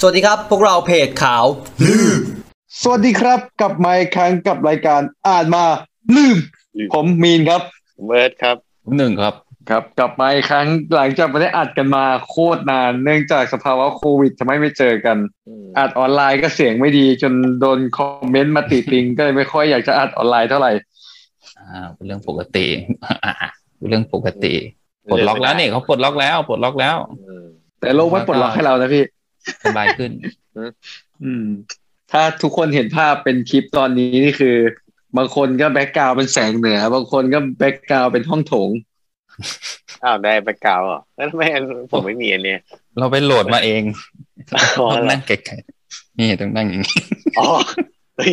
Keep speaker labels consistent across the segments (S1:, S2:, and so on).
S1: สวัสดีครับ พวกเราเพจขาว
S2: สวัสดีครับกลับมาอีกครั้งกับรายการอ่านมาลืม
S3: ลืม
S2: ผมมีนครับ
S3: เบิร์ดครับ
S4: หนึ่งครับ
S2: ครับ กลับมาอีกครั้งหลังจากไม่ได้อัดกันมาโคตรนาน เนื่องจากสภาวะโควิดทำให้ไม่เจอกัน อัดออนไลน์ก็เสียงไม่ดี จนโดนคอมเมนต์มาติติง ก็เลยไม่ค่อยอยากจะอัดออนไลน์เท่าไหร่
S4: อ่าเป็นเรื่องปกติ เป็นเรื่องปกติปลดล็อกแล้วนี่เขาปลดล็อกแล้วปลดล็อกแล้ว
S3: อืม
S2: แต่โลกไม่ปลดล็อกให้เรานะพี่
S4: สบายขึ้น
S2: อืม ถ้าทุกคนเห็นภาพเป็นคลิปตอนนี้นี่คือ บางคนก็แบ็กกราวเป็นแสงเหนือ บางคนก็แบ็กกราวเป็นห้องโถง
S3: อ้าวได้ไปกาวเหรอแล้วทำไมอันผมไม่มีอันเนี้ย
S4: เราไปโหลดมาเอง
S3: อ๋อ
S4: ต้อง
S3: เหรอ
S4: นั่งไกลๆนี่ต้องนั่งอย่างนี้
S3: อ๋อเฮ้ย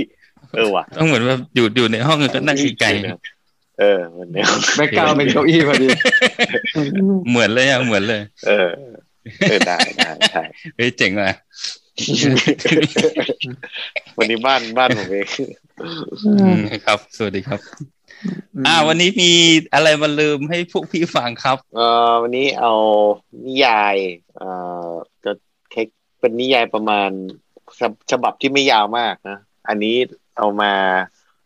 S3: เออว่ะ
S4: ต้องเหมือนแบบอยู่อยู่ในห้อง ก็นั่งไกล
S3: เออเหมือนเดิม
S2: แบ็กกราวเป็นเก้าอี้พอดี
S4: ๆเหมือนเลยอ่ะเหมือนเลย
S3: เออเออได้ได้ ใช่
S4: เฮ้ยเจ๋งว่ะ
S3: วันนี้บ้านบ้านผมเอง
S4: อืมครับ สวัสดีครับ อ่า วันนี้มีอะไรมาลืมให้พวกพี่ฟังครับ
S3: เออวันนี้เอานิยายเออจะเค้กเป็นนิยายประมาณฉบฉบับที่ไม่ยาวมากนะอันนี้เอามา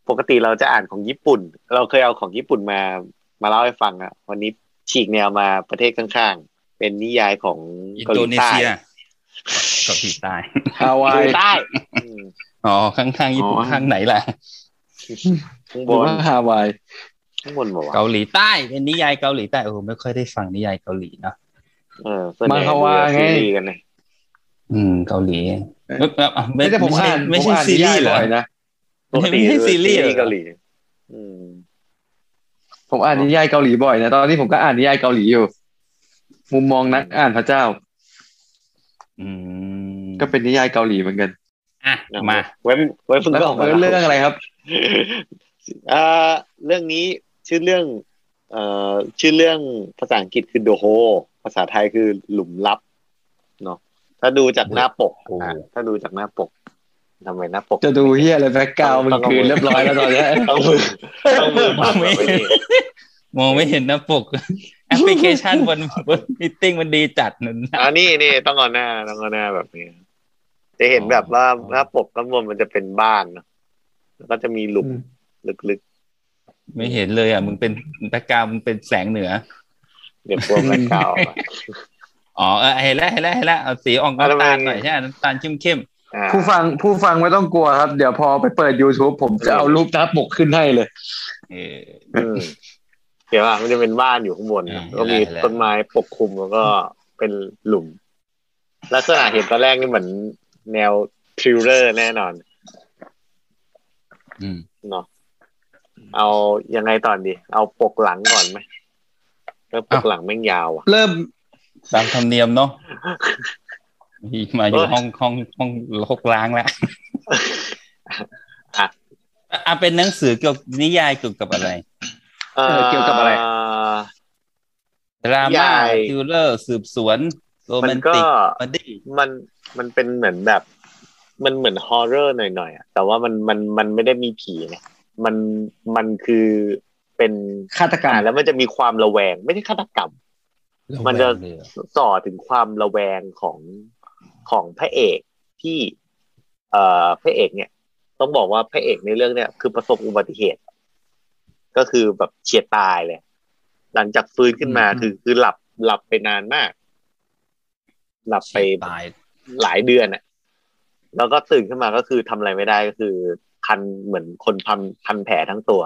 S3: ปกติเราจะอ่านของญี่ปุ่น เราเคยเอาของญี่ปุ่นมามาเล่าให้ฟังอะวันนี้ฉีกแนวมาประเทศข้างๆ เป็นนิยายของ
S4: อิน
S3: เกา
S4: โด
S3: หลี
S4: นี
S3: ใต้
S4: เซียเกาหลีใต้
S2: ฮาวา
S3: เกาย หลีใต้
S4: อ๋อข้างๆญี่ปุ่น
S2: อ๋อ
S4: ข้างไหนล่ะ
S3: ข้าง
S2: ห
S3: บ
S2: รือน ว่าฮาวาย
S3: ข้างบนบอกว่า
S4: เกาหลีใต้ เป็นนิยายเกาหลีใต้โอ้โหไม่ค่อยได้ฟังนิยายเกาหลีเนาะ
S3: เออส่วนใหญ่
S2: มังคาวาไง
S3: ดูซีรีส์กันนะ
S4: อืมเกาหลี
S2: เอ๊ะ
S4: เอ้ยเอ้ยเอ้ยไม่
S2: ไม่ใช่ผมอ่าน
S4: ไม่
S2: ผ
S4: ใช่
S2: อ่าน
S4: ซีรีส์เหรอ
S2: นิยายบ่ยนะ
S3: ปกติ
S4: ไม่ใช่ซีรีส์เหรอ
S3: ดูเกาหลีอืม
S2: ผมอ่านนิยายเกาหลีบ่อยนะตอนนี้ผมก็อ่านนิยายเกาหลีอยู่ มุมมองนักอ่านพระเจ้า
S4: อืม
S2: ก็เป็นนิยายเกาหลีเหมือนกัน
S4: อ่ะมา
S3: เว้นเว้นเพิ่ง
S2: แล้ว
S3: ก็ออกมา
S2: เออเรื่องอะไรครับ
S3: เอ่อเรื่องนี้ชื่อเรื่อง เอ่อชื่อเรื่องภาษาอังกฤษคือโดโฮภาษาไทยคือหลุมลับเนาะถ้าดูจากหน้าปกอ่ะถ้าดูจากหน้าปกทำไมหน้าปก
S2: จะดูเฮียอะไรแบ็กกราวมันคืนเรียบร้อยแล้วตอนเนี้ย
S3: ต้องมือต้องมือบังเอาไว้นี่
S4: มองไม่เห็นหน้า ปก แอปพลิเคชันบนบนมิทติ้งมันดีจัดนั่นนะ
S3: อ่านี่นี่ต้องเอาหน้าต้องเอาหน้าแบบนี้ จะเห็นแบบว่าหน้าปกข้างบนมันจะเป็นบ้านเนอะแล้วก็จะมีหลุมลึก
S4: ไม่เห็นเลยอ่ะมึงเป็นตะกร้ามึงเป็นแสงเหนือ
S3: ๆเดี๋ยวพวกแบล็คเก่าท์อะ
S4: อ๋อเออเห็นแล้วเห็นแล้วเห็นแล้วเอาสีออก
S3: แล้ว
S4: น้ำตาล
S3: มัน
S4: หน่อยใช่ไหมน้ำตาลเข้มเข้ม
S3: อ่า
S2: ผู้ฟังผู้ฟังไม่ต้องกลัวครับ เดี๋ยวพอไปเปิด YouTube ผมจะเอารูปหน้าปกขึ้นให้เลย
S4: ๆเออ
S3: อืมเดี๋ยวอ่ะมันจะเป็นบ้านอยู่ข้างบน
S4: อ่า
S3: แล้วก็มี
S4: เห็นแล้ว
S3: ต้นไม้ปกคลุมแล้วก็เป็นหลุม ลักษณะเห็นตอนแรกนี่เหมือนแนวทริลเลอร์แน่นอน
S4: อืม
S3: เนาะเอายังไงตอนดี เอาปกหลังก่อนไหมแล้วปกหลังแม่งยาวอ่ะ
S2: เริ่ม
S4: ตามธรรมเนียมเนาะมาอยู่ห้องห้องห้องหกล้างแล้ว
S3: อ่ะ
S4: อ่ะเป็นหนังสือเกี่ยวกับนิยายเกี่ยวกับอะไร
S3: เออ
S2: เกี่ยวกับอะไร
S4: ดรา
S3: ใหญ่
S4: ม่าทริลเลอร์สืบสวนโร
S3: มั
S4: แม
S3: น
S4: น
S3: ก็
S4: ติกคอมเมดี้
S3: มันมันเป็นเหมือนแบบ มันเหมือนฮอร์เรอร์หน่อยๆอะแต่ว่ามันมันมันไม่ได้มีผีนะมันมันคือเป็น
S2: ฆาตกรรม
S3: อ่านแล้วมันจะมีความระแวง ไม่ใช่ฆาตกรรม มันจะ ต่อถึงความระแวงของของพระเอกที่ เอ่อพระเอกเนี่ย ต้องบอกว่าพระเอกในเรื่องเนี่ยคือประสบอุบัติเหตุ ก็คือแบบเฉียดตายเลย หลังจากฟื้นขึ้นมาคือคือหลับหลับไปนานมาก หลับไป
S4: ตาย
S3: หลายเดือนอะแล้วก็ตื่นขึ้นมาก็คือทำอะไรไม่ได้ก็คือพันเหมือนคนพันพันแผลทั้งตัว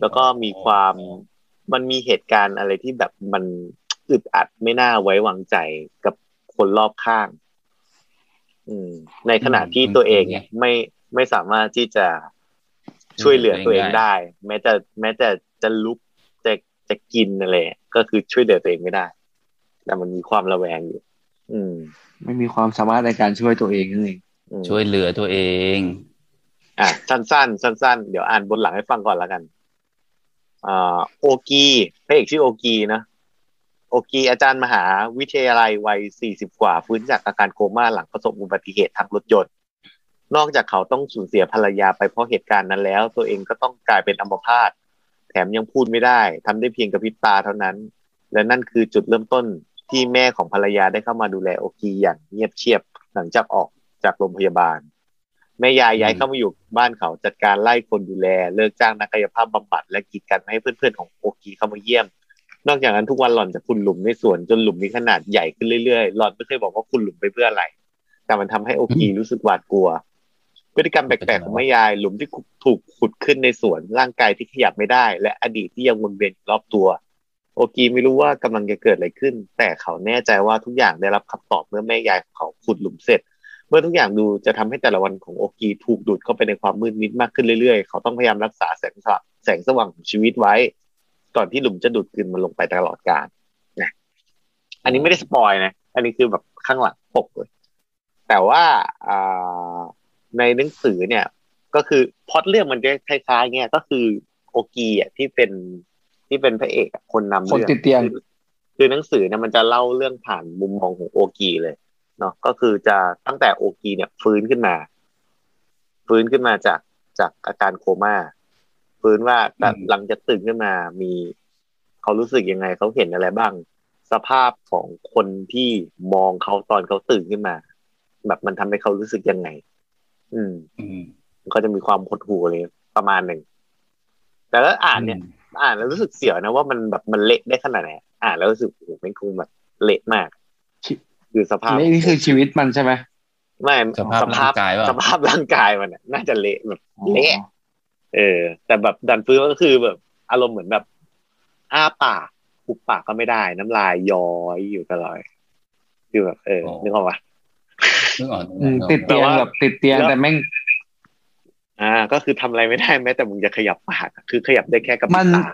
S3: แล้วก็มีความมันมีเหตุการณ์อะไรที่แบบมันอึดอัดไม่น่าไว้วางใจกับคนรอบข้าง อืม ในขณะที่ตัวเองเนี่ยไม่ไม่สามารถที่จะช่วยเหลือตัวเองได้ แม้จะแม้จะจะลุกจะจะกินอะไรก็คือช่วยเหลือตัวเองไม่ได้ แต่มันมีความระแวงอยู่ อืม
S2: ไม่มีความสามารถในการช่วยตัวเองนั่นเอง
S3: อืม
S4: ช่วยเหลือตัวเอง
S3: อ่ะสั้นๆสั้นๆ เดี๋ยวอ่านบนหลังให้ฟังก่อนแล้วกันอ่าโอกีพระเอกชื่อโอกีนะโอกีอาจารย์มหาวิทยาลัยวัย 40 กว่า ฟื้นจากอาการโคม่าหลังประสบอุบัติเหตุทางรถยนต์ นอกจากเขาต้องสูญเสียภรรยาไปเพราะเหตุการณ์นั้นแล้ว ตัวเองก็ต้องกลายเป็นอัมพาตแถมยังพูดไม่ได้ทำได้เพียงกระพริบตาเท่านั้น และนั่นคือจุดเริ่มต้นที่แม่ของภรรยาได้เข้ามาดูแลโอกีอย่างเงียบเชียบหลังจากออกจากโรงพยาบาล แม่ยายย้ายเข้ามาอยู่บ้านเขาจัดการไล่คนดูแล เลิกจ้างนักกายภาพบำบัดและกีดกันไม่ให้เพื่อนๆของโอกีเข้ามาเยี่ยม นอกจากนั้นทุกวันหล่อนจะขุดหลุมในสวนจนหลุมมีขนาดใหญ่ขึ้นเรื่อยๆ หล่อนไม่เคยบอกว่าขุดหลุมไปเพื่ออะไร แต่มันทำให้โอกีรู้สึกหวาดกลัว พฤติกรรมแปลกๆของแม่ยายหลุมที่ถูกขุดขึ้นในสวนร่างกายที่ขยับไม่ได้ และอดีตที่ยังวนเวียนอยู่รอบตัว โอกีไม่รู้ว่ากำลังจะเกิดอะไรขึ้น แต่เขาแน่ใจว่าทุกอย่างได้รับคำตอบเมื่อแม่ยายของเขาขุดหลุมเสร็จ เมื่อทุกอย่างดูจะทำให้แต่ละวันของโอกีถูกดูดเข้าไปในความมืดมิดมากขึ้นเรื่อยๆ เขาต้องพยายามรักษาแสงสว่างแสงสว่างของชีวิตไว้ ก่อนที่หลุมจะดูดกลืนมันลงไปตลอดกาลนะอันนี้ไม่ได้สปอยนะ อันนี้คือแบบข้างหลังปกเลย แต่ว่าอ่าในหนังสือเนี่ย ก็คือพล็อดเรื่องมันจะคล้ายๆเงี้ยก็คือโอกีอ่ะที่เป็นที่เป็นพระเอกอะคนนำ
S2: คน
S3: เรื่อง
S2: ติดเตียง
S3: คือหนังสือเนี่ยมันจะเล่าเรื่องผ่านมุมมองของโอกีเลยเนาะก็คือจะตั้งแต่โอกีเนี่ย ฟื้นขึ้นมา ฟื้นขึ้นมาจากจากอาการโคม่าฟื้นว่าแต่
S4: อืม
S3: หลังจากตื่นขึ้นมามี เขารู้สึกยังไงเขาเห็นอะไรบ้าง สภาพของคนที่มองเขาตอนเขาตื่นขึ้นมา แบบมันทำให้เขารู้สึกยังไง อืม
S4: อืม
S3: ก็จะมีความหดหู่อะไรประมาณหนึ่งแต่แล้วอ่านเนี่ย อ่านแล้วรู้สึกเสียวนะว่ามันแบบมันเละได้ขนาดไหนอ่านแล้วรู้สึกโอ้โหเป็นคงแบบเละมาก
S2: ชิ
S3: คือสภาพ
S2: นี่นี่คือชีวิตมันใช่ไหม
S3: ไม่
S4: สภาพร่างกายเปล่า
S3: สภาพร่างกายมันน่ะน่าจะเละแบบเละเออ แต่แบบดันฟื้นก็คือแบบ อารมณ์เหมือนแบบอ้าปากอุบปากก็ไม่ได้ น้ำลายย้อยอยู่ตลอดคือแบบ เออ
S4: โอ้
S3: นึกออกปะ
S4: นึกออก
S2: อืม
S4: นึกออก
S2: ติดเตียง
S3: แต่ว่า
S2: แบบติดเตียงแต่แม่ง
S3: อ่า ก็คือทำอะไรไม่ได้แม้แต่มึงจะขยับปากอะคือขยับได้แค่กับ
S2: มัน
S3: ตา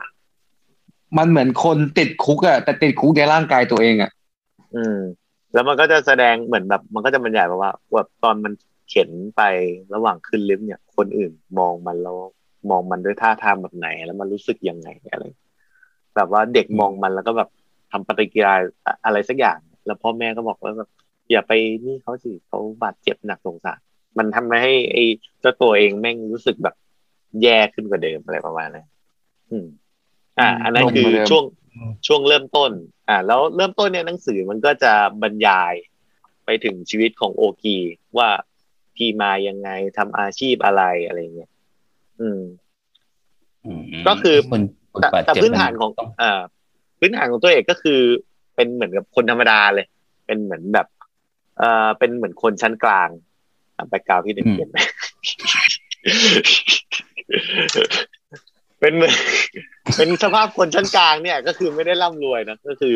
S2: มันเหมือนคนติดคุกอะแต่ติดคุกในร่างกายตัวเองอะ
S3: อืม แล้วมันก็จะแสดงเหมือนแบบ มันก็จะบรรยายมาว่าแบบตอนมันเข็นไประหว่างขึ้นลิฟต์เนี่ย คนอื่นมองมันแล้วมองมันด้วยท่าทางแบบไหน แล้วมันรู้สึกยังไงอะไร แบบว่าเด็กมองมันแล้วก็แบบทำปฏิกิริยาอะไรสักอย่าง แล้วพ่อแม่ก็บอกว่าแบบอย่าไปนี่เขาสิเขาบาดเจ็บหนักสงสารมันทำให้ไอ้เจ้าตัวเองแม่งรู้สึกแบบแย่ขึ้นกว่าเดิมอะไรประมาณนั้นอืม อ่า อันนั้นคือช่วงช่วงเริ่มต้น อ่า แล้วเริ่มต้นเนี่ยหนังสือมันก็จะบรรยายไปถึงชีวิตของโอกีว่าพี่มายังไงทำอาชีพอะไรอะไรเงี้ยอืม
S4: อืม
S3: ก็คือ
S4: คนคน
S3: แต่
S4: บาด
S3: แต่
S4: เจ็บ
S3: พื้นฐานของ
S4: ต้อง
S3: เอ่อพื้นฐานของตัวเอกก็คือเป็นเหมือนกับคนธรรมดาเลย เป็นเหมือนแบบเอ่อเป็นเหมือนคนชั้นกลางแบ็กกราวที่เด่นเด่นไหม เป็นเหมือนเป็นสภาพคนชั้นกลางเนี่ย ก็คือไม่ได้ร่ำรวยนะก็คือ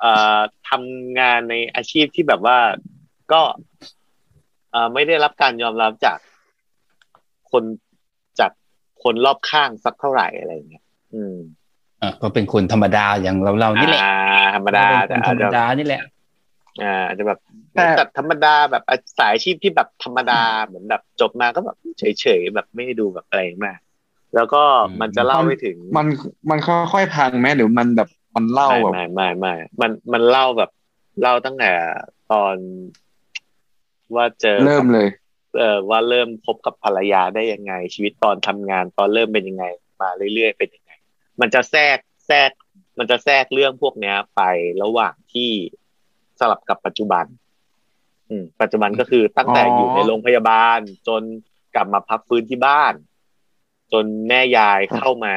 S3: เอ่อทำงานในอาชีพที่แบบว่าก็เอ่อไม่ได้รับการยอมรับจากคนจากคนรอบข้างสักเท่าไหร่อะไรอย่างเงี้ยอืม
S4: อ่ะก็เป็นคนธรรมดาอย่างเราเรานี่แหละ
S3: อ่าธรรมดา
S4: เป็
S3: แต่
S4: นคนธ
S3: อาจ
S4: รรม
S3: จะ
S4: ดานี่แหละ
S3: อ่าอาจจะแบบจัดธรรมดาแบบอ่ะสายอาชีพที่แบบธรรมดาเหมือนแบบจบมาก็แบบเฉยๆแบบไม่ได้ดูแบบอะไรมาก แล้วก็
S4: อืม
S3: มันจะเล่าไปถึง
S2: มันมันค่อยๆพังไหมหรือมันแบบมันเล่า
S3: ไม่
S2: แบบ
S3: ไม่ไม่ไม่มันมันเล่าแบบเล่าตั้งแต่ตอน ว่าเจอ
S2: เริ่มเลย
S3: เอ่อว่าเริ่มพบกับภรรยาได้ยังไง ชีวิตตอนทำงานตอนเริ่มเป็นยังไง มาเรื่อยๆเป็นยังไง มันจะแทรกแทรก มันจะแทรกเรื่องพวกเนี้ย ไประหว่างที่สลับกับปัจจุบัน อืม ปัจจุบันก็คือตั้งแต่
S2: อ๋อ
S3: อ
S2: อ
S3: ยู่ในโรงพยาบาล จนกลับมาพักฟื้นที่บ้าน จนแม่ยายเข้ามา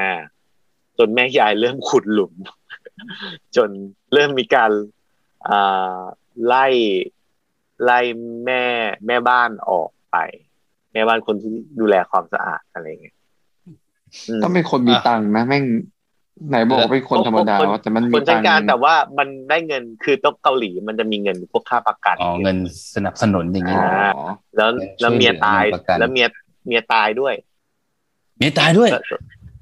S3: จนแม่ยายเริ่มขุดหลุม จนเริ่มมีการอ่าไล่ไล่แม่แม่บ้านออกไป แม่บ้านคนที่ดูแลความสะอาดอะไรอย่างเงี้ยอืม
S2: ต้องเป็นคนมีตังค์นะแม่งไหนบอกว่าเป็นคนธรรมดาว่าแต่มัน
S3: ค
S2: มี
S3: น
S2: ตั
S3: ใช้
S2: งค์
S3: การแต่ว่ามันได้เงินคือต้องเกาหลีมันจะมีเงินพวกค่าประกัน
S4: อ๋อเงินสนับสนุนอย่าง
S2: อ๋
S4: นี้
S2: อ
S3: แล้วแล้วเมียตาย
S4: ช่วยเหลือเงินประกัน
S3: แล้วเมียเมียตายด้วย
S4: เมียตายด้วย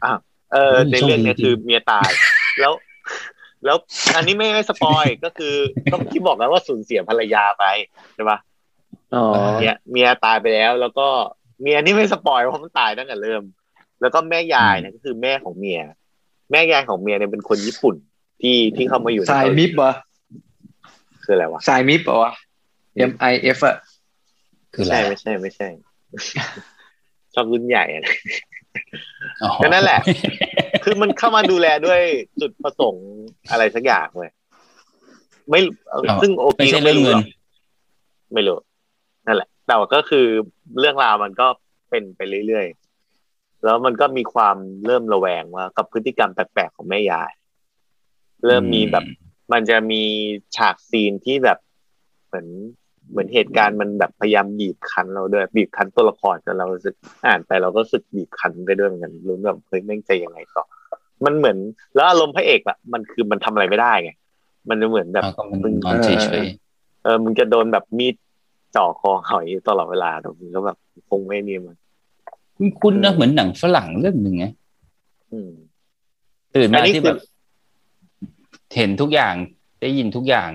S3: อ่ะเออ
S4: อืม
S3: ในเรื่องเนี้ย
S4: โชคดี
S3: คือเมียตาย แล้ว แล้วอันนี้ไม่ไม่สปอย ก็คือต้องที่บอกแล้วว่าสูญเสียภรรยาไปใช่ปะ
S2: อ๋อ
S3: เมียเมียตายไปแล้ว แล้วก็เมียนี่ไม่สปอยเพราะมันตายตั้งแต่เริ่ม แล้วก็แม่ยายเนี่ยก็คือแม่ของเมีย แม่ยายของเมียเนี่ยเป็นคนญี่ปุ่นที่ที่เข้ามาอยู่ใน
S2: สาย
S3: เกาหลี
S2: มิฟเหรอ
S3: คืออะไรวะ
S2: สายมิฟเหรอวะ M I F อะ
S4: คืออะไร
S3: ใช่ไม่ใช่ไม่ใช่ ชอบรุ่นใหญ่อะนะ
S4: อ๋อ
S3: ก็นั่นแหละ คือมันเข้ามาดูแลด้วยจุดประสงค์อะไรสักอย่างเว้ยไม่เอาซึ่งโอเค
S4: ไม่ใช่เรื่องเงิน
S3: ไม่รู้นั่นแหละ แต่ว่าก็คือเรื่องราวมันก็เป็นไปเรื่อยๆ แล้วมันก็มีความเริ่มระแวงว่า กับพฤติกรรมแปลกๆของแม่ยาย เริ่มมีแบบ มันจะมีฉากซีนที่แบบเหมือนเหมือนเหตุการณ์มันแบบพยายามบีบคั้นเราด้วยบีบคั้นตัวละครจนเรารู้สึกอ่านไปเราก็รู้สึกบีบคั้นไปด้วยเหมือนกันรู้นแบบเฮ้ยแม่งใจยังไงต่อมันเหมือนแล้วอารมณ์พระเอกอะมันคือมันทำอะไรไม่ได้ไงมันจะเหมือนแบบ
S4: อ่าก็มัน
S3: มึง
S4: นอนเฉย
S3: เออมึงจะโดนแบบมีดจ่อคอหอยตลอดเวลาแต่มึงก็แบบคงไม่มีมัน
S4: ๆคุ้นๆนะเหมือนหนังฝรั่งเรื่องหนึ่งไง
S3: อืม
S4: ตื่น
S3: อั
S4: มาน
S3: นี้คื
S4: ที่
S3: อ
S4: แบบ เห็นทุกอย่างได้ยินทุกอย่าง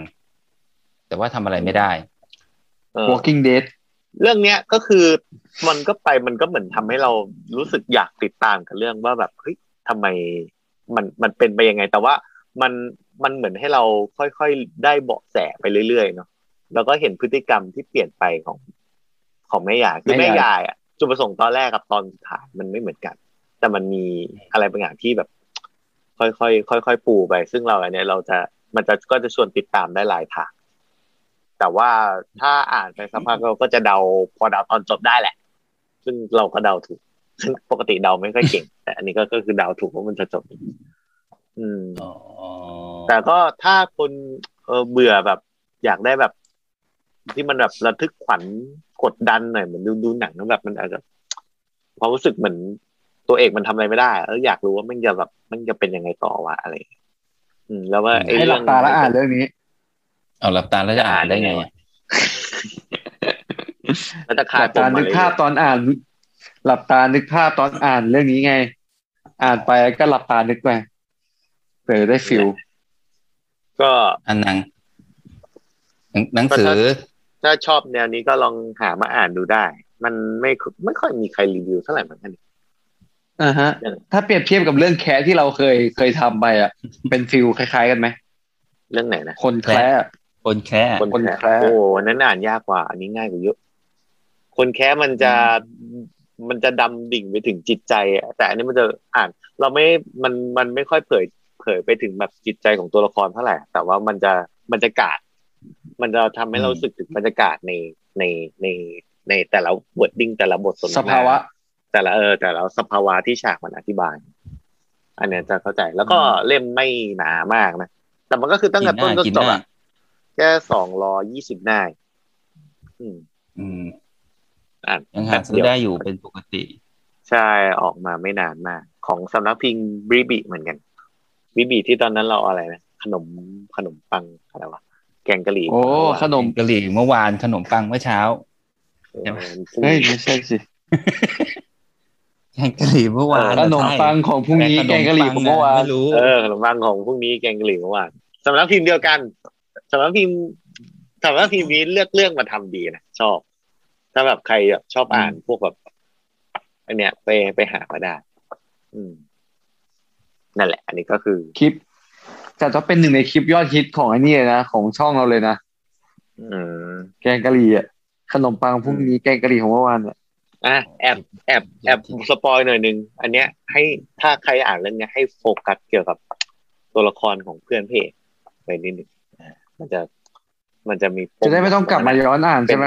S4: แต่ว่าทำอะไรไม่ได้
S3: เออ
S2: Walking Dead
S3: เรื่องเนี้ยก็คือมันก็ไปมันก็เหมือนทำให้เรารู้สึกอยากติดตามกับเรื่องว่าแบบเฮ้ยทำไมมันมันเป็นไปยังไง แต่ว่ามันมันเหมือนให้เราค่อยๆได้เบาะแสไปเรื่อยๆเนาะแล้วก็เห็นพฤติกรรมที่เปลี่ยนไปของของแม่ยายคือ
S2: แม่
S3: แม่
S2: ยาย
S3: ยายอะจุดประสงค์ตอนแรกกับตอนสุดท้ายมันไม่เหมือนกัน แต่มันมีอะไรบางอย่างที่แบบ ค่อยๆค่อยๆปูไป ซึ่งเราอันเนี้ยเราจะมันจะก็จะชวนติดตามได้หลายทาง แต่ว่าถ้าอ่านไปสักพักเราก็จะเดาพอเดาตอนจบได้แหละ ซึ่งเราก็เดาถูก ซึ่งปกติเดาไม่ค่อยเก่ง แต่อันนี้ก็ก็คือเดาถูกว่ามันจะจบ อืม
S4: อ๋อ
S3: แต่ก็ถ้าคนเออเบื่อแบบ อยากได้แบบ ที่มันแบบระทึกขวัญกดดันหน่อยเหมือนดูดูหนังแล้วแบบมันอาจจะความรู้สึกเหมือนตัวเอกมันทำอะไรไม่ได้แล้วอยากรู้ว่ามันจะแบบมันจะเป็นยังไงต่อวะอะไรอย่างเงี้ยอืม แล้วว่าไอ้
S2: ให้ห
S3: เรื่
S2: ลั
S3: อบง
S2: ตาแล้วอ่านเรื่องนี้
S4: เอาหลับตาแล้วจะอ่านได้ไง
S3: มันจะคา
S2: ห
S3: ย
S2: ลับ
S3: ปม
S2: ตา
S3: มา
S2: นึ
S3: เรื่
S2: ก
S3: อยๆ
S2: ภาพตอนอ่าน หลับตานึกภาพตอนอ่านเรื่องนี้ไง อ่านไปก็หลับตานึกไปเผื่อจะได้ฟิล
S3: ก็
S4: อันหนังหนังหนังสือ
S3: ถ้าชอบแนวนี้ก็ลองหามาอ่านดูได้ มันไม่ค่อยไม่ค่อยมีใครรีวิวเท่าไหร่เหมือนกัน
S2: อ่าฮะ
S3: นั่นแหละ
S2: ถ้าเปรียบเทียบกับเรื่องแคสที่เราเคยเคยทำไปอ่ะ เป็นฟิลคล้าย ๆ กันไหม
S3: เรื่องไหนนะ
S2: คนแคส
S4: คนแค่
S2: คนแคะ
S3: ะโอ้อันนั้นอ่านยากกว่า อันนี้ง่ายกว่าเยอะ คนแค่มันจะมันจะดำดิ่งไปถึงจิตใจอะแต่อันนี้มันจะอ่าน เราไม่มันมันไม่ค่อยเผยเผยไปถึงแบบจิตใจของตัวละครเท่าไหร่แต่ว่ามันจะบรรยากาศ มันจะทำให้เรารู้สึกถึงบรรยากาศในในในในแต่ละวอร์ดดิ้งแต่ละบทสนทนา
S2: สภาวะ
S3: แต่ละเออแต่ละสภาวะที่ฉากมันอธิบาย อันเนี้ยจะเข้าใจแล้วก็เล่มไม่หนามากนะ แต่มันก็คือตั้งแต่ต้นจน
S4: กิน
S3: จบ
S4: หน้า
S3: อะแค่สองร้อยี่สิบหน้าอืม
S4: อืม
S3: อ่าน
S4: ยัง
S3: แป๊
S4: หา
S3: บ
S4: ซื้อ
S3: เดียว
S4: ได้อยู่เป็นปกติ
S3: ใช่ออกมาไม่นานมาก ของสำนักพิมพ์บริบิเหมือนกันบริบิที่ตอนนั้นเราเอาอะไรนะขนมขนมปังอะไรวะแกงกะหรี่
S2: โอ้ขนม
S4: กะหรี่เมื่อวานขนมปังเมื่อเช้า
S3: เออ
S4: ใช่ไหม
S2: เฮ้ยไม่ใช่สิ
S4: แกงกะหรี่เมื่อวาน
S2: ขนมปังของพรุ่งนี้แก
S4: ต่
S2: ง
S4: ขม
S2: กะหรี่ของเมื่อวา
S4: ปัง
S2: น
S4: ไม่รู้
S3: เออขนมปังของพรุ่งนี้แกงกะหรี่เมื่อวานสำนักพิมพ์เดียวกันสำนักพิมพ์สำนักพิมพ์นี้เลือกเรื่องมาทำดีนะชอบ ถ้าแบบใครแบบชอบอ่านพวกแบบอันเนี้ยไปไปหามาได้ อืม นั่นแหละ อันนี้ก็คือ
S2: คลิปแต่ก็เป็นหนึ่งในคลิปยอดฮิตของไอ้นี่เลยนะของช่องเราเลยนะ
S3: อืม
S2: แกงกะหรี่อ่ะขนมปังพรุ่งนี้แกงกะหรี่ของเมื่อวานเนี่ย
S3: อ่ะแอบแอบแอบสปอยหน่อยหนึง อันเนี้ย ให้ถ้าใครอ่านเรื่องเนี้ยให้โฟกัสเกี่ยวกับตัวละครของเพื่อนเพจไปนิดหนึ่งอ่ามันจะมันจะมีป
S2: จะได้ไม่ต้องกลับมาย้อนอ่านใช่ไหม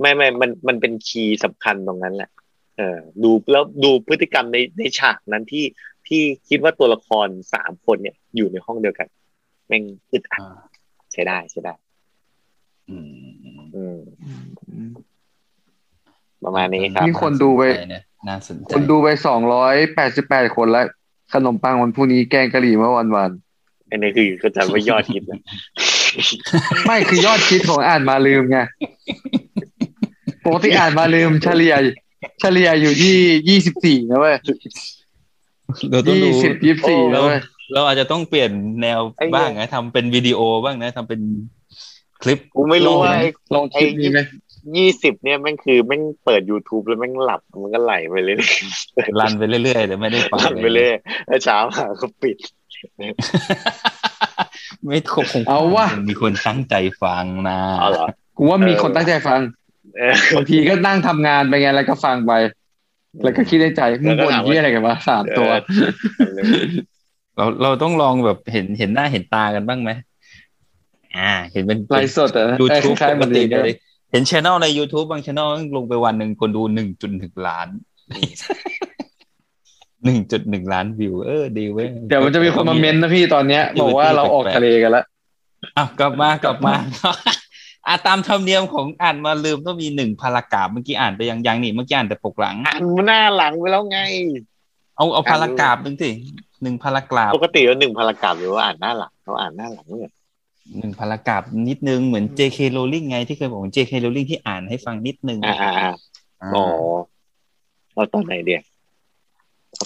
S3: ไม่ไม่มันมันเป็นคีย์สำคัญตรงนั้นแหละ เออ ดูแล้วดูพฤติกรรมในในฉากนั้นที่ที่คิดว่าตัวละครสามคนเนี่ย อยู่ในห้องเดียวกันแม่งอึดอัด
S4: อ่า
S3: ใช้ได้ใช้ได้
S4: อืม
S3: อืม ประมาณนี้ครับ
S2: มีคนดูไป
S4: น่าสนใจ
S2: คนดูไปสองร้อยแปดสิบแปดคนแล้ว ขนมปังวันพรุ่งนี้แกงกะหรี่เมื่อวันวาน
S3: อันนี้คือก็จะไม่ยอดฮิตนะ
S2: ไม่คือยอดคิดของอ่านมาลืมไงปกติอ่านมาลืมเฉลี่ยเฉลี่ยอยู่ที่ยี่สิบสี่นะเว้ย
S4: เราต้อง
S2: ยี่
S4: ดู
S2: สิบยี่สี่นะเว้ย
S4: เราอาจจะต้องเปลี่ยนแนวบ้างนะทำเป็นวิดีโอบ้างนะทำเป็นคลิป
S3: กูไม่รู้ว่า
S4: ลองไหม
S3: ไอ้
S2: ลองคิดดีไหม
S3: ยี่สิบเนี่ยแม่งคือแม่งเปิด YouTube แล้วแม่งหลับมันก็ไหลไปเลย
S4: รันไปเรื่อยๆแต่ไม่ได้ฟัง
S3: หลับไปเลย แล้วเช้ามาก็ปิด
S4: ไม่คงคงมีคนตั้งใจฟังนะ
S3: เอาเหรอ
S2: กูว่ามีคนตั้งใจฟัง
S3: เออ
S2: บางทีก็นั่งทำงานไปไงแล้วก็ฟังไป แล้วก็คิดในใจมึงบ่นเยี่ยอะไรกันวะสามตัว
S4: เราเราต้องลองแบบเห็นเห็นหน้าเห็นตากันบ้างไหมอ่า เห็นเป็น
S2: ไลฟ์สดอะ
S4: ยูทูบ
S2: คล้าย
S4: ป
S2: ๆ
S4: ก
S2: มัน
S4: ติ
S2: ดี
S4: เลยเห็นช anel ใน YouTube บางช anel ลงไปวันหนึ่งคนดูหนึ่งจุดหนึ่งล้านหนึ่งจุดหนึ่งล้านวิว เออ ดีเว้ย
S2: เดี๋ยวมันจะมีคนมาเม้นต์นะพี่ตอนเนี้ย บอกว่าเราออกทะเลกันแล้ว
S4: อ่ะกลับมากลับมา อ่ะตามธรรมเนียมของอ่านมาลืมต้องมีหนึ่งพารากราฟเมื่อกี้อ่านไปยังยังนี่เมื่อกี้อ่านแต่ปกหลัง
S3: อ่านหน้าหลังไปแล้วไง
S4: เอาเอาพารากราฟหนึ่งสิหนึ่งพารากราฟ
S3: ปกติเราหนึ่งพารากราฟหรือว่าอ่านหน้าหลังเขาอ่านหน้าหลังเนี่ย
S4: หนึ่งพารากราฟนิดนึงเหมือน J.K. Rowling ไงที่เคยบอกของ J.K. Rowling ที่อ่านให้ฟังนิดนึง
S3: อ่าอ่าอ่าอ๋อเอาตอนไหนเดียว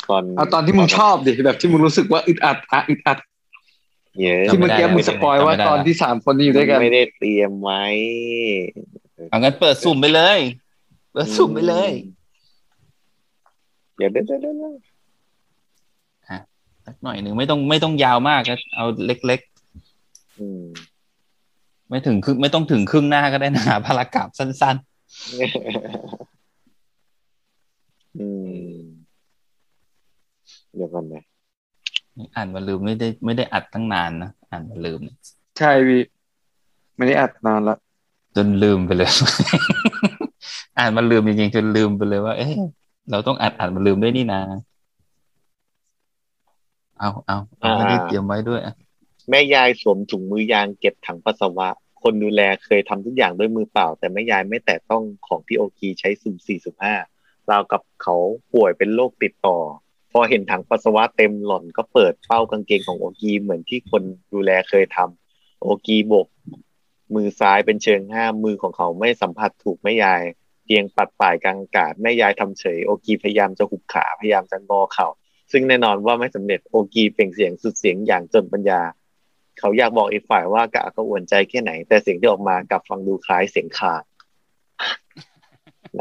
S3: เอาตอน
S2: เอาตอนที่มึงชอบดิแบบที่มึงรู้สึกว่าอึดอัดอะอึดอัด
S3: เยอะ
S2: ที่เมื่อกี้มึงสปอยว่าตอนที่สามคนนี้อยู่ด้วยกัน
S3: ไม่ได้เตรียมไว้
S4: เอางั้นเปิดสุ่มไปเลย เปิดสุ่มไปเลย
S3: เดี๋ยวเดี๋ยวเดี๋ยวเดี๋ยว
S4: สักหน่อยหนึ่งไม่ต้องไม่ต้องยาวมากนะเอาเล็ก
S3: อืม
S4: ๆ ไม่ถึงครึ่งไม่ต้องถึงครึ่งหน้าก็ได้นะพารากราฟสั้น
S3: อืมเดี๋ยวกันนะ
S4: ๆ อ่านมาลืมไม่ได้ไม่ได้อัดตั้งนานนะอ่านมาลืมเนี่ย
S2: ใช่พี่ไม่ได้อัดนานละ
S4: จนลืมไปเลย อ่านมันลืมจริงๆจนลืมไปเลยว่า เอ๊ะเราต้องอ่านอ่านมันลืมด้วยนี่นะ เอาเอาเอาไม่ได้เตรียมไว้ด้วยอ่ะ
S3: แม่ยายสวมถุงมือยางเก็บถังปัสสาวะ คนดูแลเคยทำทุกอย่างด้วยมือเปล่า แต่แม่ยายไม่แตะต้องของที่โอคีใช้สุ่มสี่สุ่มห้าราวกับเขาป่วยเป็นโรคติดต่อ พอเห็นถังปัสสาวะเต็มหล่อนก็เปิดเป้ากางเกงของโอกีเหมือนที่คนดูแลเคยทำโอกีบก มือซ้ายเป็นเชิงห้ามมือของเขาไม่สัมผัสถูกแม่ยาย เพียงปัดป่ายกลางอากาศแม่ยายทำเฉยโอกีพยายามจะหุบขาพยายามจะงอเข่า ซึ่งแน่นอนว่าไม่สำเร็จโอกีเปล่งเสียงสุดเสียงอย่างจนปัญญา เขาอยากบอกอีกฝ่ายว่ากะเขาอ่วนใจแค่ไหน แต่เสียงที่ออกมากลับฟังดูคล้ายเสียงขาด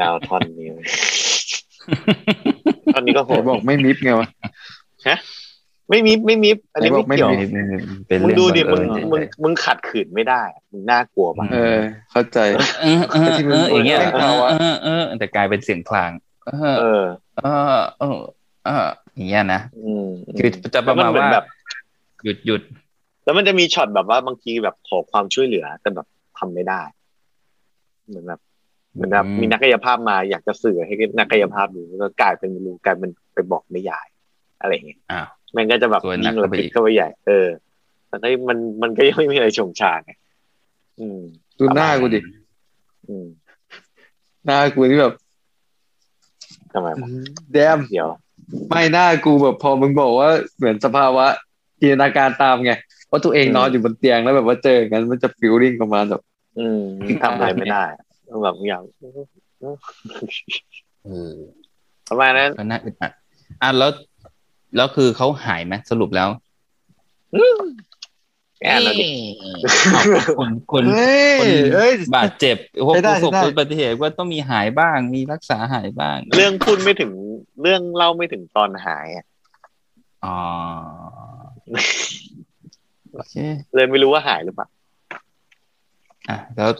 S3: ดาวทอนนี้ ตอนนี้ ก็โห
S2: ไหน
S3: ด
S2: บอกไม่มิฟไงวะ
S3: ไม่มีไม่มีอันนี้ไม่
S2: ไม่
S3: เกี่ยว
S2: มี
S4: เป็น
S3: มึง
S4: เรื่อง
S3: ดูดิ
S4: บั
S3: มึง
S4: เอิญ
S3: มึงมึงขัดขืนไม่ได้มึงน่ากลัวปะ
S2: เออ เข้าใจ
S4: เออเออเอออย่างเงี้ยเออเออเออแต่กลายเป็นเสียงคลาง เออ
S3: เออ
S4: เออ เออเอออย่างเงี้ยนะ
S3: อืม
S4: คือจะประมาณ
S3: แล้วนเหอน
S4: ว่า
S3: แบบ
S4: หยุดหยุด
S3: แล้วมันจะมีช็อตแบบว่าบางทีแบบขอความช่วยเหลือแต่แบบทำไม่ได้เหมือนแบบเหมือนแบบมีนักกายภาพมาอยากจะสื่อให้นักกายภาพดูแล้วก็กลายเป็นไม่รู้กลายเป็นไปบอกไม่ยาย อะไรอย่างเงี้ย
S4: อ้าว
S3: มันก็จะแบบ
S4: สวยหนั
S3: ยิ่ง
S4: กเข้า
S3: ระ
S4: ไป
S3: บิ
S4: อี
S3: ด
S4: ก
S3: เข้าไปใหญ่ เออแต่ก็มันมันก็ยังไม่มีอะไรชงชาไงอืม
S2: ดูหน้ากูดิ
S3: อืม
S2: หน้ากูนี่แบบ
S3: ทำไมวะ
S2: แดม
S3: เดี๋ยว
S2: ไม่หน้ากูแบบพอมึงบอกว่าเหมือนสภาวะจินตนาการตามไงว่าตัวเองนอนอยู่บนเตียงแล้วแบบว่าเจออย่างนั้นมันจะฟิลลิ่งประมาณแบบ
S3: อืมทำอะไรไม่ได้ต้องแบบอย่าง
S4: เออ
S3: ประมาณนั้น
S4: ก็น่าอึดอัดอ่ะแล้วแล้วคือเขาหายไหมสรุปแล้ว
S3: แอนนะดิ
S4: เอ้ยคนคน
S2: เฮ้ยเอ้ย
S4: บาดเจ็บพวก
S2: ใช้ได้
S4: ประสบ
S2: ใช้ได้
S4: อุบัติเหตุก็ต้องมีหายบ้าง มีรักษาหายบ้าง
S3: เรื่องพูดไม่ถึงเรื่องเล่าไม่ถึงตอนหายอะ
S4: อ๋อ โอเค
S3: เลยไม่รู้ว่าหายหรือเปล่า
S4: อ่ะแล้ว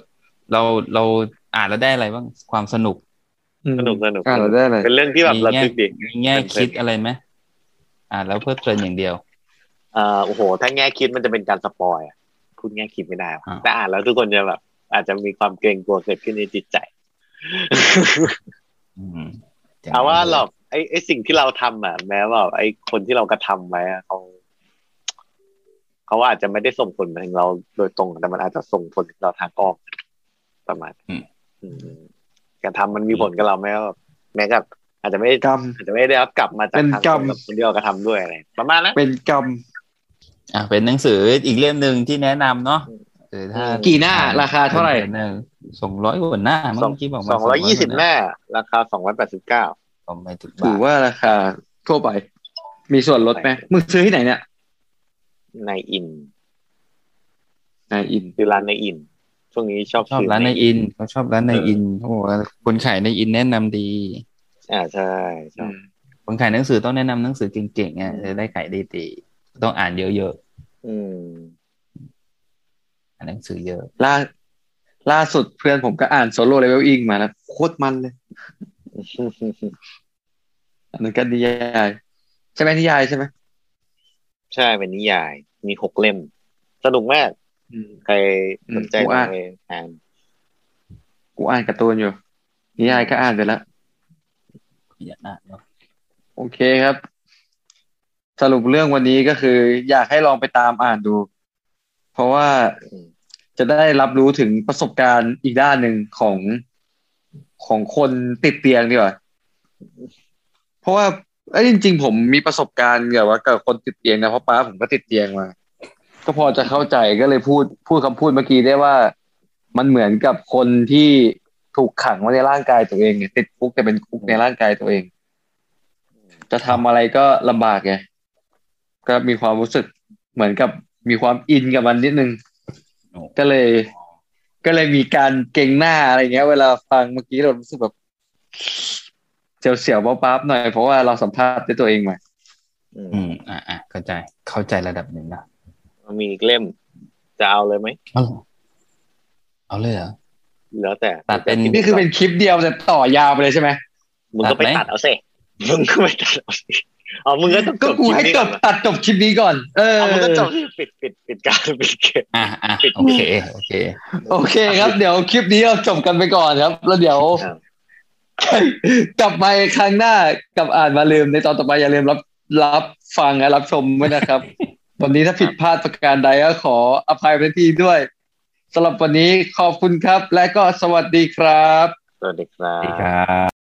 S4: เราเราอ่านแล้วได้อะไรบ้างความสนุก
S3: สนุกสนุก
S2: อ่าเราได้อะไร
S3: เป็นเรื่องที่แบบระ
S4: มีแง่
S3: ทึกดิ
S4: มีแง่
S3: เป็นเพลิ
S4: คิ
S3: น
S4: ดอะไรไหมอ่านแล้วเพลิดเพลินอย่างเดียว
S3: อ่าโอ้โห ถ้าแง่คิดมันจะเป็นการสปอยอะพูดแง่คิดไม่ได้วะ
S4: อ่า
S3: แต่อ่านแล้วทุกคนจะแบบ อาจจะมีความเกรงกลัวเกิดขึ้นในจิตใจ
S4: อืม
S3: เอาว่าหรอกไอ้ไอ้สิ่งที่เราทำอ่ะ แม้ว่าไอ้คนที่เรากระทำไว้อะเขาเขาอาจจะไม่ได้ส่งผลมาถึงเราโดยตรงแต่มันอาจจะส่งผลถึงเราทางอ้อมประมาณ
S4: อืม
S3: อืมการทำมันมีผลกับเราไหมว่าแบบแม้กับอาจจะไม่ได้
S2: กรรม
S3: อาจจะไม่ได้รับกลับมาจาก
S2: เป็น
S3: ทาง
S2: กรรม
S3: กับคนที่เรากระทำด้วยอะไรประมาณนั้น
S2: เป็นกรรม
S4: อ่ะเป็นหนังสืออีกเล่มหนึ่งที่แนะนำเนาะเออถ้า
S2: กี่หน้าราคาเท่าไหร่
S4: สองร้อยกว่าหน้ามั้ง
S3: สอง
S4: เมื่อกี้บอกมา
S3: สองร้อยยี่สิบ
S4: 200
S3: หน้า ราคาสองร้อยแปดสิบเก้า
S4: ผมไม่ถึง
S2: ถื
S4: บา
S2: อ
S4: ท
S2: ว่าราคาทั่วไป มีส่วนลดไหมมึงซื้อที่ไหนเนี่ย
S3: ในอิน
S2: ในอิน
S3: คือร้านในอินช่วงนี้ชอบ
S4: ชอบ
S3: ซื้
S4: ร้านในอินเขาชอบร้านในอินเขาบอกว่าคนขายในอินแนะนำดี
S3: อ่าใช่ใช่
S4: คนขายหนังสือต้องแนะนำหนังสือเก่งๆอ่ะจะได้ขายดีๆต้องอ่านเยอะ
S3: อืม
S4: ๆอ่านหนังสือเยอะ
S2: ล่า ล่าสุดเพื่อนผมก็อ่านโซโล่เลเวลอิงมาแล้วโคตรมันเลย อันนั้นก็นิยายใช่ไหมนิยายใช่ไหม
S3: ใช่เป็นนิยาย มีหกเล่ม สนุกมาก
S2: อืม
S3: ใครสนใจ
S2: อืมกู
S3: ลอ
S2: อ่าน
S3: งไปอ่าน
S2: กูอ่านการ์ตูนอยู่ นิยายก็อ่านไปแล้ว
S4: อย่าอ่านเนอะ
S2: โอเคครับ สรุปเรื่องวันนี้ก็คือ อยากให้ลองไปตามอ่านดู เพราะว่าจะได้รับรู้ถึงประสบการณ์อีกด้านหนึ่งของของคนติดเตียงดีกว่าเพราะว่าเอ้ยจริง ๆ ผมมีประสบการณ์กับว่ากับคนติดเตียงนะเพราะป้าผมก็ติดเตียงมา ก็พอจะเข้าใจก็เลยพูดพูดคำพูดเมื่อกี้ได้ว่า มันเหมือนกับคนที่ถูกขังไว้ในร่างกายตัวเองเนี่ยติดคุกแต่เป็นคุกในร่างกายตัวเอง จะทำอะไรก็ลำบากไงก็มีความรู้สึกเหมือนกับมีความอินกับมันนิดนึง
S4: โอ้
S2: ก็เลย ก็เลยมีการเก่งหน้าอะไรเงี้ย เวลาฟังเมื่อกี้เรารู้สึกแบบเจียวเสียวๆป๊าบๆหน่อยเพราะว่าเราสัมภาษณ์ด้วยตัวเองมา
S3: อืม
S4: อืมอ่าอ่าเข้าใจเข้าใจระดับหนึ่งนะ
S3: มีอีกเล่ม จะเอาเลยไหม
S4: เอาเหรอเอาเลยเหรอ
S3: แล้วแต่
S4: ตัดเป็น
S3: แต่ที่
S2: นี่คือเป็นคลิปเดียวแต่ต่อยาวไปเลยใช่ไหม
S3: มึงก็ไป
S4: ตัดไหม
S3: ตัดเอาสิมึงก็ไปตัดเอาสิเอามึงก็ต้อง
S2: ก็กู
S3: คลิป
S2: ให้
S3: นี้
S2: จ
S3: อน
S2: บ
S3: นะ
S2: ตัดจบคลิปนี้ก่อน เออ
S3: เอามึงก็จบที่ปิดปิดปิดการปิดเกม
S4: อ่าอ่า
S3: ปิด
S4: โอเคโอเค
S2: โอเคครับ เดี๋ยวคลิปนี้เราจบกันไปก่อนครับ แล้วเดี๋ยว
S3: ครับ
S2: กลับมาครั้งหน้ากับอ่านมาลืมในตอนต่อไปอย่าลืมรับรับฟังและรับชมด้วยนะครับ วันนี้ถ้าผิดพลาดประการใดก็ขออภัยไปที่ด้วยสำหรับวันนี้ขอบคุณครับ และก็สวัสดีครับ
S3: สวัสดีครั
S4: สวัสดี
S3: บ
S4: ครับ